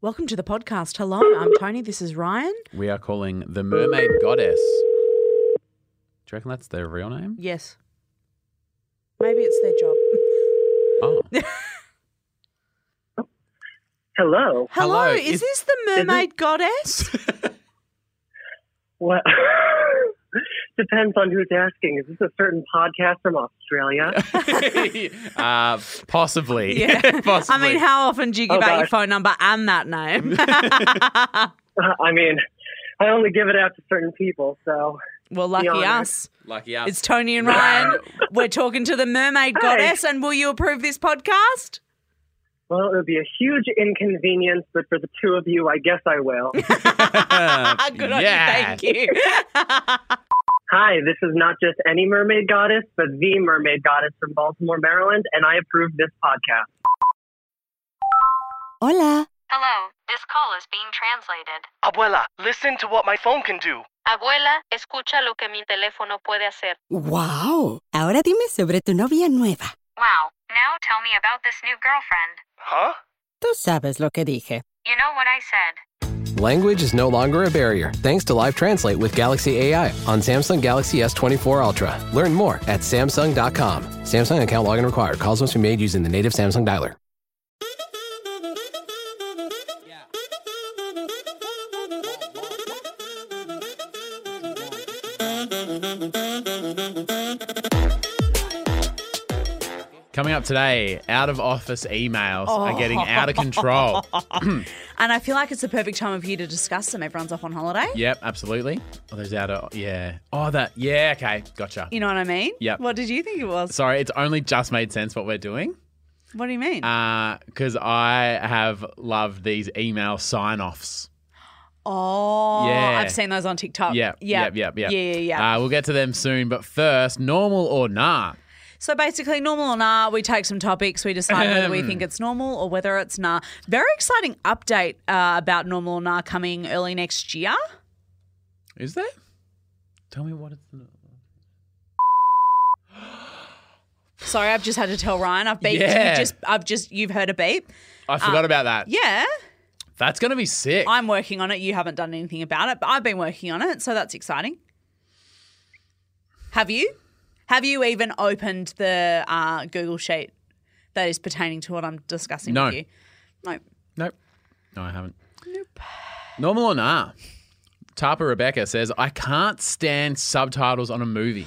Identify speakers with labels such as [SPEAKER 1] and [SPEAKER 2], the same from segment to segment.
[SPEAKER 1] Welcome to the podcast. Hello, I'm Tony. This is Ryan.
[SPEAKER 2] We are calling the mermaid goddess. Do you reckon that's their real name?
[SPEAKER 1] Yes. Maybe it's their job.
[SPEAKER 2] Oh,
[SPEAKER 1] Hello,
[SPEAKER 3] Hello.
[SPEAKER 2] Hello,
[SPEAKER 1] is,
[SPEAKER 2] is-
[SPEAKER 1] this the mermaid goddess?
[SPEAKER 3] What? Depends on who's asking. Is this a certain podcast from Australia?
[SPEAKER 2] uh, possibly.
[SPEAKER 1] Yeah. I
[SPEAKER 2] possibly.
[SPEAKER 1] mean, how often do you give
[SPEAKER 3] Oh,
[SPEAKER 1] out your
[SPEAKER 3] gosh.
[SPEAKER 1] phone number and that name?
[SPEAKER 3] I mean, I only give it out to certain people, so
[SPEAKER 1] well, lucky
[SPEAKER 3] honored.
[SPEAKER 1] us.
[SPEAKER 2] lucky us.
[SPEAKER 1] It's Tony and Ryan. We're talking to the mermaid
[SPEAKER 3] Hi.
[SPEAKER 1] goddess, and will you approve this podcast?
[SPEAKER 3] well, it would be a huge inconvenience, but for the two of you, I guess I will.
[SPEAKER 1] Good
[SPEAKER 2] yeah.
[SPEAKER 1] on you. Thank you.
[SPEAKER 3] Hi, this is not just any mermaid goddess, but the mermaid goddess from Baltimore, Maryland, and I approve this podcast.
[SPEAKER 4] Hola.
[SPEAKER 5] Hello, this call is being translated.
[SPEAKER 6] Abuela, listen to what my phone can do.
[SPEAKER 5] Abuela, escucha lo que mi teléfono puede hacer.
[SPEAKER 4] Wow. Ahora dime sobre tu novia nueva.
[SPEAKER 5] Wow, now tell me about this new girlfriend.
[SPEAKER 6] Huh?
[SPEAKER 4] Tú sabes lo que dije.
[SPEAKER 5] You know what I said.
[SPEAKER 7] Language is no longer a barrier thanks to Live Translate with Galaxy AI on Samsung Galaxy S24 Ultra. Learn more at Samsung.com. Samsung account login required. Calls must be made using the native Samsung dialer.
[SPEAKER 2] Coming up today, out of office emails
[SPEAKER 1] Oh.
[SPEAKER 2] are getting out of control.
[SPEAKER 1] and I feel like it's the perfect time of year to discuss them. Everyone's off on holiday.
[SPEAKER 2] yep, absolutely. Oh, those out of, yeah. Oh, that, yeah, okay, gotcha.
[SPEAKER 1] You know what I mean?
[SPEAKER 2] Yep.
[SPEAKER 1] What did you think it was?
[SPEAKER 2] Sorry, it's only just made sense what we're doing
[SPEAKER 1] What do you
[SPEAKER 2] Uh,
[SPEAKER 1] mean?
[SPEAKER 2] because I have loved these email sign offs.
[SPEAKER 1] oh,
[SPEAKER 2] yeah.
[SPEAKER 1] I've seen those on TikTok.
[SPEAKER 2] Yeah, yeah, yeah, yeah.
[SPEAKER 1] yeah, Oh, yeah, yeah.
[SPEAKER 2] Uh, we'll get to them soon, but first, normal or nah?
[SPEAKER 1] So basically, normal or nah, we take some topics, we decide whether we think it's normal or whether it's nah. Very exciting update uh, about normal or nah coming early next year.
[SPEAKER 2] Is there? Tell me what it's. Nah.
[SPEAKER 1] Sorry, I've just had to tell Ryan. I've beeped.
[SPEAKER 2] Yeah.
[SPEAKER 1] You just, I've just, you've heard a beep.
[SPEAKER 2] I forgot about that.
[SPEAKER 1] Uh, Yeah,
[SPEAKER 2] That's going to be sick.
[SPEAKER 1] I'm working on it. You haven't done anything about it, but I've been working on it, so that's exciting. Have you? Have you even opened the uh, Google sheet that is pertaining to what I'm discussing
[SPEAKER 2] No.
[SPEAKER 1] with you? No.
[SPEAKER 2] nope. No, I haven't. Nope. Normal or nah? Tapa Rebecca says, I can't stand subtitles on a movie.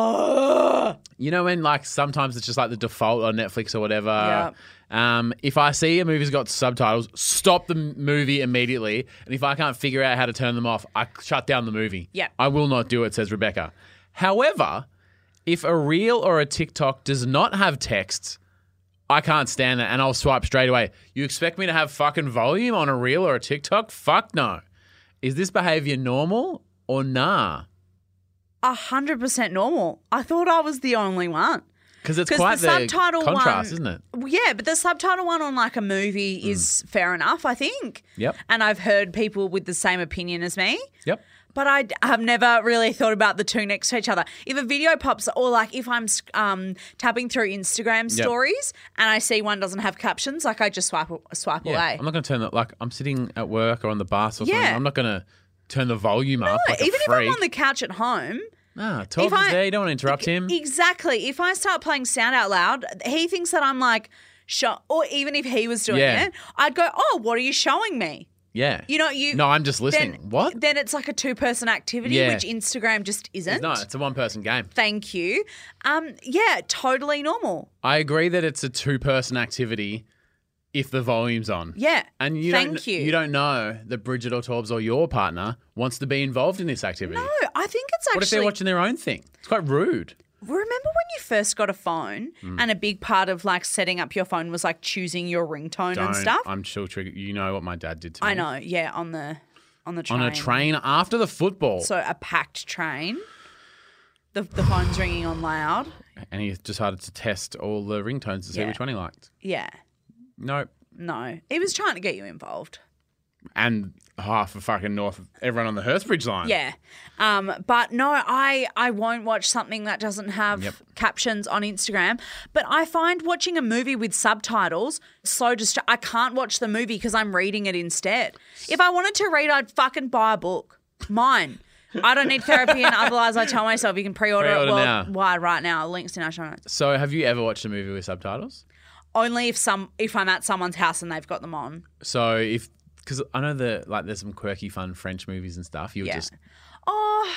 [SPEAKER 1] Oh.
[SPEAKER 2] You know, when like sometimes it's just like the default on Netflix or whatever.
[SPEAKER 1] Yeah.
[SPEAKER 2] Um, if I see a movie's got subtitles, stop the m- movie immediately. And if I can't figure out how to turn them off, I c- shut down the movie.
[SPEAKER 1] Yeah.
[SPEAKER 2] I will not do it, says Rebecca. However, if a reel or a TikTok does not have text, I can't stand that and I'll swipe straight away. You expect me to have fucking volume on a reel or a TikTok? Fuck no. Is this behavior normal or nah?
[SPEAKER 1] A hundred percent normal. I thought I was the only one.
[SPEAKER 2] Because it's
[SPEAKER 1] 'Cause
[SPEAKER 2] quite
[SPEAKER 1] the
[SPEAKER 2] the,
[SPEAKER 1] subtitle
[SPEAKER 2] contrast,
[SPEAKER 1] one-
[SPEAKER 2] isn't it?
[SPEAKER 1] Well, Yeah, but the subtitle one on like a movie
[SPEAKER 2] Mm.
[SPEAKER 1] is fair enough, I think.
[SPEAKER 2] Yep.
[SPEAKER 1] And I've heard people with the same opinion as me.
[SPEAKER 2] Yep.
[SPEAKER 1] But I have never really thought about the two next to each other. If a video pops, or like if I'm um, tapping through Instagram
[SPEAKER 2] Yep.
[SPEAKER 1] stories and I see one doesn't have captions, like I just swipe swipe away.
[SPEAKER 2] I'm not going to turn that. Like I'm sitting at work or on the bus or something.
[SPEAKER 1] Yeah.
[SPEAKER 2] I'm not going to turn the volume up. like a
[SPEAKER 1] Even if
[SPEAKER 2] freak.
[SPEAKER 1] I'm on the couch at home,
[SPEAKER 2] nah, Todd's
[SPEAKER 1] I-
[SPEAKER 2] there. You don't want to interrupt him.
[SPEAKER 1] Exactly. If I start playing sound out loud, he thinks that I'm like, show, or even if he was doing
[SPEAKER 2] Yeah.
[SPEAKER 1] it, I'd go, oh, what are you showing me?
[SPEAKER 2] yeah.
[SPEAKER 1] You know, you.
[SPEAKER 2] No, I'm just listening.
[SPEAKER 1] Then,
[SPEAKER 2] what?
[SPEAKER 1] Then it's like a two person activity,
[SPEAKER 2] Yeah.
[SPEAKER 1] which Instagram just isn't.
[SPEAKER 2] no, it's a one-person game.
[SPEAKER 1] Thank you. Um, yeah, totally normal.
[SPEAKER 2] I agree that it's a two-person activity if the volume's on.
[SPEAKER 1] Yeah.
[SPEAKER 2] And you
[SPEAKER 1] Thank
[SPEAKER 2] don't,
[SPEAKER 1] you.
[SPEAKER 2] You don't know that Bridget or Torbs or your partner wants to be involved in this activity.
[SPEAKER 1] No, I think it's actually.
[SPEAKER 2] what if they're watching their own thing? It's quite rude.
[SPEAKER 1] Remember when you first got a phone,
[SPEAKER 2] Mm.
[SPEAKER 1] and a big part of like setting up your phone was like choosing your ringtone and
[SPEAKER 2] Don't.
[SPEAKER 1] stuff.
[SPEAKER 2] I'm still triggered. You know what my dad did to me.
[SPEAKER 1] I know. Yeah, on the on the train.
[SPEAKER 2] On a train after the football.
[SPEAKER 1] So a packed train. The, the phone's ringing on loud.
[SPEAKER 2] and he decided to test all the ringtones to see
[SPEAKER 1] Yeah.
[SPEAKER 2] which one he liked.
[SPEAKER 1] Yeah.
[SPEAKER 2] Nope.
[SPEAKER 1] No. He was trying to get you involved.
[SPEAKER 2] and half of fucking north of everyone on the Hurstbridge line.
[SPEAKER 1] Yeah. Um, but no, I, I won't watch something that doesn't have
[SPEAKER 2] Yep.
[SPEAKER 1] captions on Instagram. But I find watching a movie with subtitles so distra- I can't watch the movie because I'm reading it instead. If I wanted to read, I'd fucking buy a book. Mine. I don't need therapy, and otherwise, I tell myself you can pre-order,
[SPEAKER 2] Pre-order
[SPEAKER 1] it
[SPEAKER 2] now.
[SPEAKER 1] worldwide right now. Links in our show notes.
[SPEAKER 2] So have you ever watched a movie with subtitles?
[SPEAKER 1] Only if some if I'm at someone's house and they've got them on.
[SPEAKER 2] So if because I know that like there's some quirky, fun French movies and stuff. You would
[SPEAKER 1] Yeah.
[SPEAKER 2] just
[SPEAKER 1] oh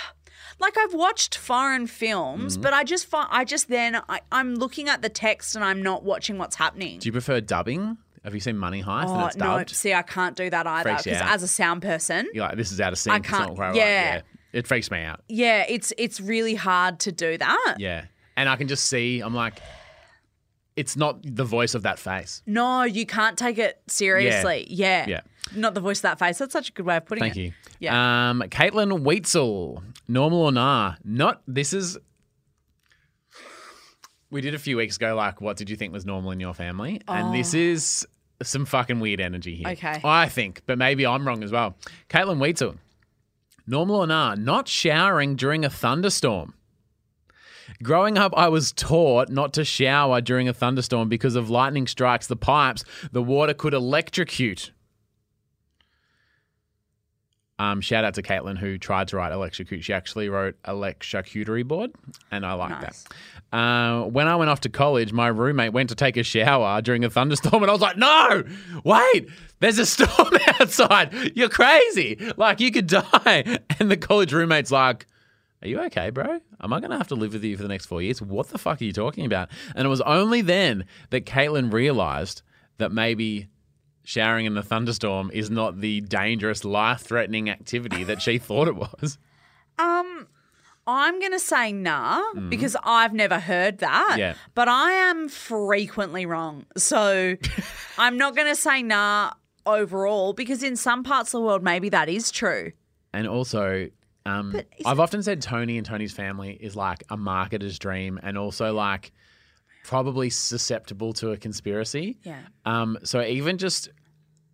[SPEAKER 1] like I've watched foreign films,
[SPEAKER 2] Mm-hmm.
[SPEAKER 1] but I just fi- I just then I, I'm looking at the text and I'm not watching what's happening.
[SPEAKER 2] do you prefer dubbing? Have you seen Money Heist? and
[SPEAKER 1] oh
[SPEAKER 2] it's
[SPEAKER 1] no,
[SPEAKER 2] dubbed.
[SPEAKER 1] see I can't do that either
[SPEAKER 2] Freaks you
[SPEAKER 1] because
[SPEAKER 2] out.
[SPEAKER 1] as a sound person,
[SPEAKER 2] You're like this is out of sync.
[SPEAKER 1] I
[SPEAKER 2] it's
[SPEAKER 1] can't-
[SPEAKER 2] not quite right.
[SPEAKER 1] yeah.
[SPEAKER 2] yeah, it freaks me out.
[SPEAKER 1] yeah, it's it's really hard to do that.
[SPEAKER 2] Yeah, and I can just see. I'm like, it's not the voice of that face.
[SPEAKER 1] No, you can't take it seriously. Yeah.
[SPEAKER 2] Yeah.
[SPEAKER 1] Not the voice of that face. That's such a good way of putting
[SPEAKER 2] Thank
[SPEAKER 1] it.
[SPEAKER 2] you.
[SPEAKER 1] Yeah.
[SPEAKER 2] Um, Caitlin Weitzel, normal or nah? Not this is. We did a few weeks ago, like, what did you think was normal in your family? And this is some fucking weird energy here.
[SPEAKER 1] Oh. Okay.
[SPEAKER 2] I think, but maybe I'm wrong as well. Caitlin Weitzel, normal or nah? Not showering during a thunderstorm. Growing up, I was taught not to shower during a thunderstorm because of lightning strikes the pipes, the water could electrocute. Um, shout out to Caitlin who tried to write electrocute. She actually wrote electrocutery board, and I like
[SPEAKER 1] Nice.
[SPEAKER 2] that. Uh, when I went off to college, my roommate went to take a shower during a thunderstorm, and I was like, "No, wait! There's a storm outside. You're crazy. Like you could die." And the college roommate's like, are you okay, bro? Am I going to have to live with you for the next four years? What the fuck are you talking about? And it was only then that Caitlin realized that maybe showering in the thunderstorm is not the dangerous, life threatening activity that she thought it was.
[SPEAKER 1] Um I'm going to say nah because I've never heard that.
[SPEAKER 2] Mm. Yeah.
[SPEAKER 1] But I am frequently wrong. So I'm not going to say nah overall because in some parts of the world, maybe that is true.
[SPEAKER 2] And also, um,
[SPEAKER 1] is
[SPEAKER 2] I've often said Tony and Tony's family is like a marketer's dream and also like probably susceptible to a conspiracy.
[SPEAKER 1] Yeah.
[SPEAKER 2] Um, so even just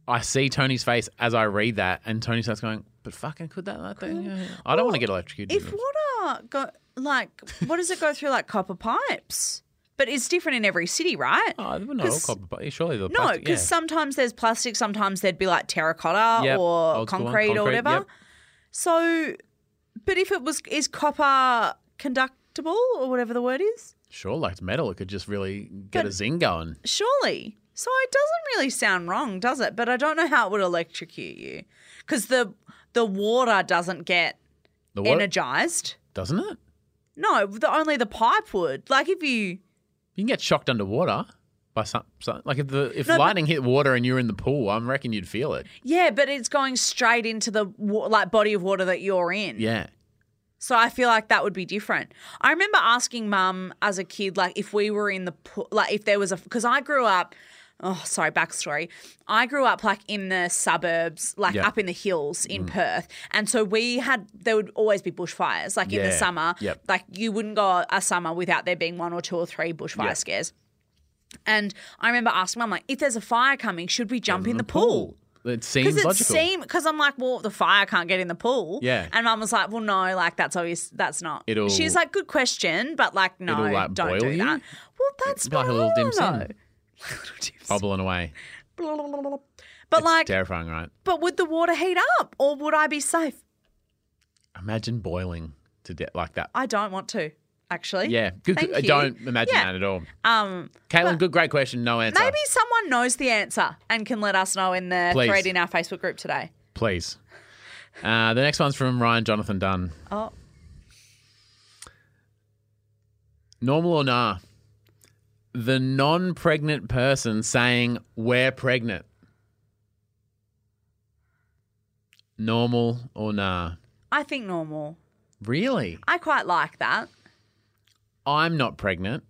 [SPEAKER 2] I see Tony's face as I read that, and Tony starts going, "But fucking could that that thing? yeah, yeah." I don't want to get electrocuted."
[SPEAKER 1] If water go like, what does it go through like copper pipes? But it's different in every city, right?
[SPEAKER 2] oh, they're not all
[SPEAKER 1] 'cause-
[SPEAKER 2] copper, but surely the
[SPEAKER 1] No, because sometimes there's plastic, sometimes there'd be like terracotta
[SPEAKER 2] Yep,
[SPEAKER 1] or
[SPEAKER 2] old school one,
[SPEAKER 1] concrete, or
[SPEAKER 2] concrete,
[SPEAKER 1] whatever.
[SPEAKER 2] yep.
[SPEAKER 1] So, but if it was, is copper conductible or whatever the word is?
[SPEAKER 2] sure, like metal, it could just really get
[SPEAKER 1] But-
[SPEAKER 2] a zing going.
[SPEAKER 1] Surely. So it doesn't really sound wrong, does it? But I don't know how it would electrocute you because the the water doesn't get
[SPEAKER 2] The water
[SPEAKER 1] energized.
[SPEAKER 2] doesn't it?
[SPEAKER 1] No, the, only the pipe would. Like if you
[SPEAKER 2] You can get shocked underwater by some, some like if the if
[SPEAKER 1] No, but-
[SPEAKER 2] lightning hit water and you're in the pool, I'm reckon you'd feel it.
[SPEAKER 1] Yeah, but it's going straight into the wa- like body of water that you're in.
[SPEAKER 2] Yeah.
[SPEAKER 1] So I feel like that would be different. I remember asking mum as a kid, like if we were in the pool, like if there was a, because I grew up, oh, sorry, backstory. I grew up like in the suburbs, like
[SPEAKER 2] Yeah.
[SPEAKER 1] up in the hills in Perth. And so we had, there would always be bushfires, like in the
[SPEAKER 2] Yeah.
[SPEAKER 1] summer.
[SPEAKER 2] Yep.
[SPEAKER 1] Like you wouldn't go a summer without there being one or two or three bushfire
[SPEAKER 2] Yeah.
[SPEAKER 1] scares. And I remember asking mum, like, if there's a fire coming, should we jump in the pool?
[SPEAKER 2] It seems
[SPEAKER 1] Because it
[SPEAKER 2] logical.
[SPEAKER 1] seemed because I'm like, well, the fire can't get in the pool.
[SPEAKER 2] Yeah.
[SPEAKER 1] And mum was like, well, no, like that's obvious. That's not.
[SPEAKER 2] It'll-
[SPEAKER 1] She's like, good question, but like, no,
[SPEAKER 2] It'll, like,
[SPEAKER 1] don't
[SPEAKER 2] boil
[SPEAKER 1] do
[SPEAKER 2] you?
[SPEAKER 1] that. Well, that's
[SPEAKER 2] It'd be like a little
[SPEAKER 1] Oh,
[SPEAKER 2] dim sum.
[SPEAKER 1] Little dim sum.
[SPEAKER 2] Bubbling away.
[SPEAKER 1] Blah, blah, blah, blah. But
[SPEAKER 2] It's
[SPEAKER 1] like,
[SPEAKER 2] terrifying, right?
[SPEAKER 1] but would the water heat up, or would I be safe?
[SPEAKER 2] Imagine boiling to death like that.
[SPEAKER 1] I don't want to, actually.
[SPEAKER 2] Yeah, good.
[SPEAKER 1] Thank
[SPEAKER 2] I
[SPEAKER 1] you.
[SPEAKER 2] don't imagine
[SPEAKER 1] Yeah.
[SPEAKER 2] that at all.
[SPEAKER 1] Um,
[SPEAKER 2] Caitlin, good, great question. No answer.
[SPEAKER 1] maybe someone knows the answer and can let us know in the
[SPEAKER 2] Please.
[SPEAKER 1] thread in our Facebook group today.
[SPEAKER 2] please. Uh, the next one's from Ryan Jonathan Dunn.
[SPEAKER 1] Oh,
[SPEAKER 2] Normal or nah? The non-pregnant person saying we're pregnant. Normal or nah?
[SPEAKER 1] I think normal.
[SPEAKER 2] Really?
[SPEAKER 1] I quite like that.
[SPEAKER 2] I'm not pregnant.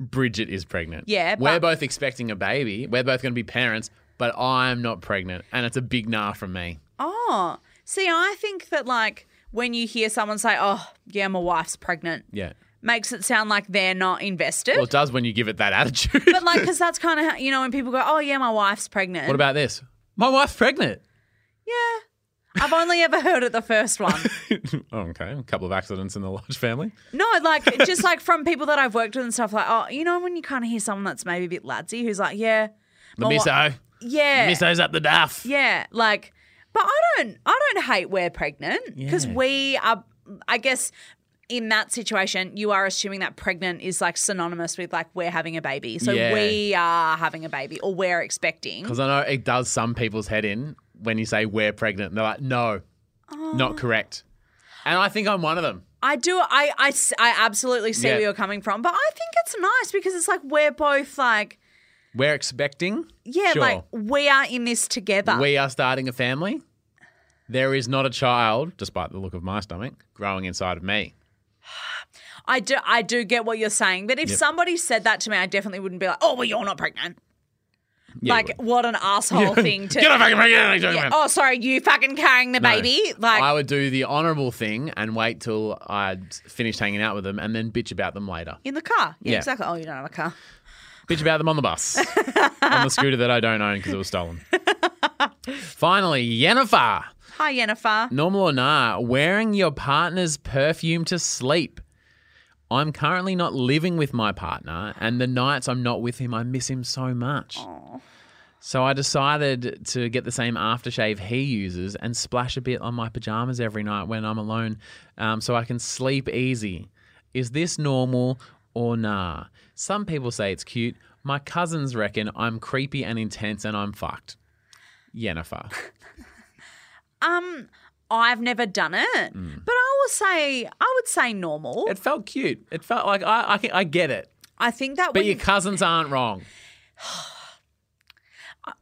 [SPEAKER 2] Bridget is pregnant.
[SPEAKER 1] Yeah,
[SPEAKER 2] We're
[SPEAKER 1] but-
[SPEAKER 2] both expecting a baby. We're both going to be parents, but I'm not pregnant. And it's a big nah from me.
[SPEAKER 1] Oh, see, I think that like when you hear someone say, "Oh, yeah, my wife's pregnant,"
[SPEAKER 2] Yeah.
[SPEAKER 1] makes it sound like they're not invested.
[SPEAKER 2] Well, it does when you give it that attitude.
[SPEAKER 1] but like, because that's kind of how you know when people go, "Oh, yeah, my wife's pregnant."
[SPEAKER 2] What about this? My wife's pregnant.
[SPEAKER 1] Yeah. I've only ever heard it the first one.
[SPEAKER 2] Oh, okay, a couple of accidents in the large family.
[SPEAKER 1] No, like just like from people that I've worked with and stuff like, oh, you know when you kind of hear someone that's maybe a bit ladsy who's like, yeah.
[SPEAKER 2] The
[SPEAKER 1] my wi-
[SPEAKER 2] miso,
[SPEAKER 1] Yeah.
[SPEAKER 2] miso's up the duff.
[SPEAKER 1] Yeah, like, but I don't, I don't hate we're pregnant because
[SPEAKER 2] Yeah.
[SPEAKER 1] we are. I guess in that situation, you are assuming that pregnant is like synonymous with like we're having a baby, so
[SPEAKER 2] Yeah.
[SPEAKER 1] we are having a baby or we're expecting.
[SPEAKER 2] Because I know it does some people's head in when you say we're pregnant. And they're like, no,
[SPEAKER 1] Oh.
[SPEAKER 2] not correct. And I think I'm one of them.
[SPEAKER 1] I do, I, I, s- I absolutely see
[SPEAKER 2] Yeah.
[SPEAKER 1] where you're coming from, but I think it's nice because it's like we're both like,
[SPEAKER 2] We're expecting.
[SPEAKER 1] yeah,
[SPEAKER 2] Sure.
[SPEAKER 1] like uh. we are in this together.
[SPEAKER 2] we are starting a family. There is not a child, despite the look of my stomach, growing inside of me.
[SPEAKER 1] I do, I do get what you're saying, but if somebody said that to me, I definitely wouldn't be like, oh, well, you're not pregnant.
[SPEAKER 2] Yeah,
[SPEAKER 1] like,
[SPEAKER 2] you would.
[SPEAKER 1] what an asshole thing to
[SPEAKER 2] Get a fucking pregnant. what are you talking
[SPEAKER 1] Yeah.
[SPEAKER 2] about?
[SPEAKER 1] Oh, sorry, you fucking carrying the
[SPEAKER 2] No.
[SPEAKER 1] baby? Like,
[SPEAKER 2] I would do the honourable thing and wait till I'd finished hanging out with them and then bitch about them later.
[SPEAKER 1] in the car. Yeah,
[SPEAKER 2] Yeah.
[SPEAKER 1] exactly. Oh, you don't have a car.
[SPEAKER 2] Bitch about them on the bus, on the scooter that I don't own because it was stolen. Finally, Yennefer.
[SPEAKER 1] Hi, Yennefer.
[SPEAKER 2] Normal or nah, wearing your partner's perfume to sleep. I'm currently not living with my partner, and the nights I'm not with him, I miss him so much. So I decided to get the same aftershave he uses and splash a bit on my pajamas every night when I'm alone um, so I can sleep easy. Is this normal or nah? Some people say it's cute. My cousins reckon I'm creepy and intense and I'm fucked. Yennefer.
[SPEAKER 1] Um, I've never done it,
[SPEAKER 2] Mm.
[SPEAKER 1] but I will say, I would say normal.
[SPEAKER 2] It felt cute. It felt like I I, can- I get it.
[SPEAKER 1] I think that
[SPEAKER 2] But
[SPEAKER 1] when,
[SPEAKER 2] your cousins aren't wrong.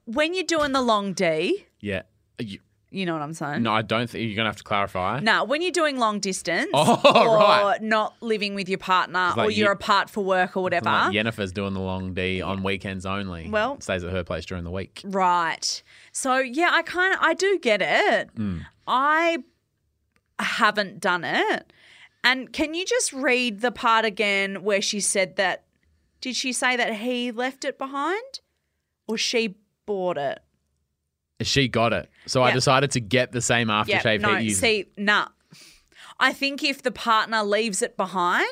[SPEAKER 1] when you're doing the long D,
[SPEAKER 2] Yeah. You,
[SPEAKER 1] you know what I'm saying?
[SPEAKER 2] no, I don't think you're gonna have to clarify.
[SPEAKER 1] No, when you're doing long distance
[SPEAKER 2] Oh,
[SPEAKER 1] or
[SPEAKER 2] right.
[SPEAKER 1] not living with your partner
[SPEAKER 2] like
[SPEAKER 1] or you're
[SPEAKER 2] you-
[SPEAKER 1] apart for work or whatever.
[SPEAKER 2] Like Yennefer's doing the long D on weekends only.
[SPEAKER 1] Well-
[SPEAKER 2] stays at her place during the week.
[SPEAKER 1] Right. So yeah, I kind of I do get it. I haven't done it. And can you just read the part again where she said that? Did she say that he left it behind, or she bought it?
[SPEAKER 2] She got it, so I
[SPEAKER 1] Yeah.
[SPEAKER 2] decided to get the same aftershave
[SPEAKER 1] no.
[SPEAKER 2] he uses.
[SPEAKER 1] See, nah. I think if the partner leaves it behind.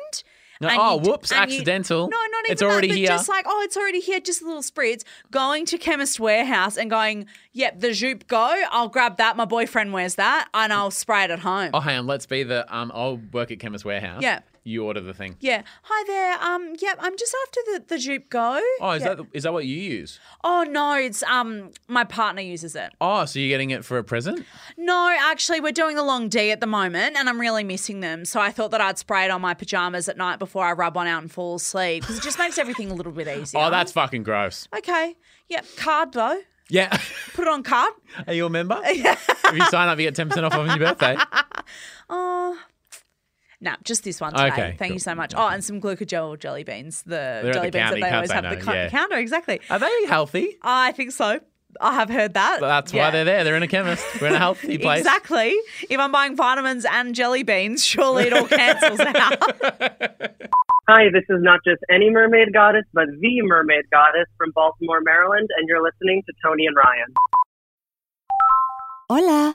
[SPEAKER 2] No,
[SPEAKER 1] and
[SPEAKER 2] oh,
[SPEAKER 1] you d-
[SPEAKER 2] whoops,
[SPEAKER 1] and you-
[SPEAKER 2] accidental.
[SPEAKER 1] no, not even
[SPEAKER 2] It's already
[SPEAKER 1] that, but
[SPEAKER 2] here.
[SPEAKER 1] Just like, oh, it's already here. Just a little spritz. Going to Chemist Warehouse and going, yep, the Zoop Go. I'll grab that. My boyfriend wears that, and I'll spray it at home.
[SPEAKER 2] oh, hang on, let's be the. Um, I'll work at Chemist Warehouse.
[SPEAKER 1] Yeah.
[SPEAKER 2] You order the thing.
[SPEAKER 1] Yeah. Hi there. Um. Yep. I'm just after the the Zoop Go.
[SPEAKER 2] Oh, is
[SPEAKER 1] Yeah.
[SPEAKER 2] that the- is that what you use?
[SPEAKER 1] Oh no, it's um my partner uses it.
[SPEAKER 2] Oh, so you're getting it for a present?
[SPEAKER 1] No, actually, we're doing the long D at the moment, and I'm really missing them. So I thought that I'd spray it on my pajamas at night before I rub one out and fall asleep because it just makes everything a little bit easier.
[SPEAKER 2] Oh, that's fucking gross.
[SPEAKER 1] okay. Yep. Card though.
[SPEAKER 2] Yeah.
[SPEAKER 1] Put it on card.
[SPEAKER 2] Are you a member? if you sign up, you get ten percent off on your birthday.
[SPEAKER 1] Oh. No, just this one today.
[SPEAKER 2] Okay,
[SPEAKER 1] Thank you
[SPEAKER 2] cool.
[SPEAKER 1] so much. Oh, and some glucogel jelly beans. The
[SPEAKER 2] at
[SPEAKER 1] jelly
[SPEAKER 2] the
[SPEAKER 1] beans
[SPEAKER 2] counter,
[SPEAKER 1] that
[SPEAKER 2] you
[SPEAKER 1] they
[SPEAKER 2] can't
[SPEAKER 1] always
[SPEAKER 2] say
[SPEAKER 1] have at
[SPEAKER 2] no,
[SPEAKER 1] the co-
[SPEAKER 2] yeah.
[SPEAKER 1] counter. Exactly.
[SPEAKER 2] Are they healthy?
[SPEAKER 1] I think so. I have heard that.
[SPEAKER 2] But That's
[SPEAKER 1] Yeah.
[SPEAKER 2] why they're there. They're in a chemist. We're in a healthy place.
[SPEAKER 1] Exactly. If I'm buying vitamins and jelly beans, surely it all cancels out.
[SPEAKER 3] Hi, this is not just any mermaid goddess, but the mermaid goddess from Baltimore, Maryland, and you're listening to Tony and Ryan.
[SPEAKER 4] Hola.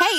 [SPEAKER 8] Hey,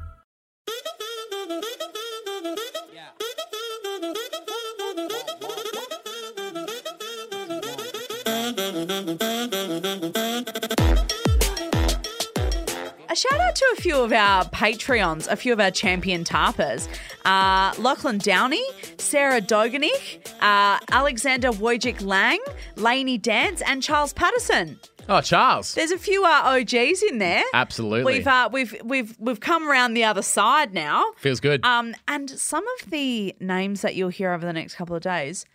[SPEAKER 1] A shout out to a few of our Patreons, a few of our champion tarpers. Uh, Lachlan Downey, Sarah Doganick, uh, Alexander Wojcik Lang, Lainey Dance, and Charles Patterson.
[SPEAKER 2] Oh, Charles.
[SPEAKER 1] There's a few uh, OGs in there.
[SPEAKER 2] Absolutely.
[SPEAKER 1] We've uh, we've we've we've come around the other side now.
[SPEAKER 2] Feels good.
[SPEAKER 1] Um, and some of the names that you'll hear over the next couple of days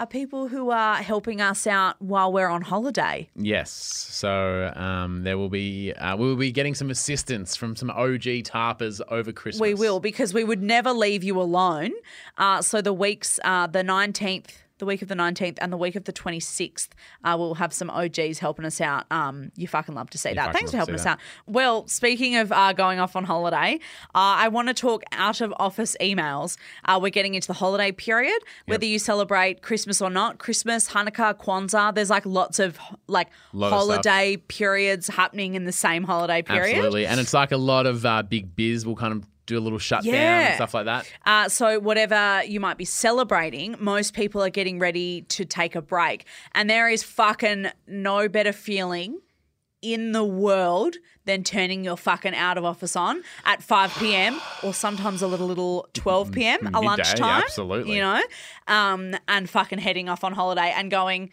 [SPEAKER 1] are people who are helping us out while we're on holiday.
[SPEAKER 2] Yes. So um, there will be uh, we will be getting some assistance from some OG tarpers over Christmas.
[SPEAKER 1] We will because we would never leave you alone. Uh, so the weeks, uh, the nineteenth, the week of the nineteenth, and the week of the twenty sixth, uh, we'll have some OGs helping us out. Um, you fucking love to see that.
[SPEAKER 2] fucking
[SPEAKER 1] Thanks for
[SPEAKER 2] love to
[SPEAKER 1] helping
[SPEAKER 2] see
[SPEAKER 1] us out.
[SPEAKER 2] that.
[SPEAKER 1] Well, speaking of uh, going off on holiday, uh, I want to talk out of office emails. Uh, we're getting into the holiday period, whether you celebrate Christmas or not. Christmas, Hanukkah, Kwanzaa. There's like lots of like
[SPEAKER 2] Lot of stuff.
[SPEAKER 1] holiday periods happening in the same holiday period.
[SPEAKER 2] Absolutely. And it's like a lot of uh, big biz will kind of do a little shutdown
[SPEAKER 1] Yeah.
[SPEAKER 2] and stuff like that.
[SPEAKER 1] Uh, so, whatever you might be celebrating, most people are getting ready to take a break. And there is fucking no better feeling in the world than turning your fucking out of office on at 5 p.m. or sometimes a little, little 12 p.m., a
[SPEAKER 2] Mm-hmm. Midday,
[SPEAKER 1] lunchtime.
[SPEAKER 2] absolutely.
[SPEAKER 1] You know, um, and fucking heading off on holiday and going,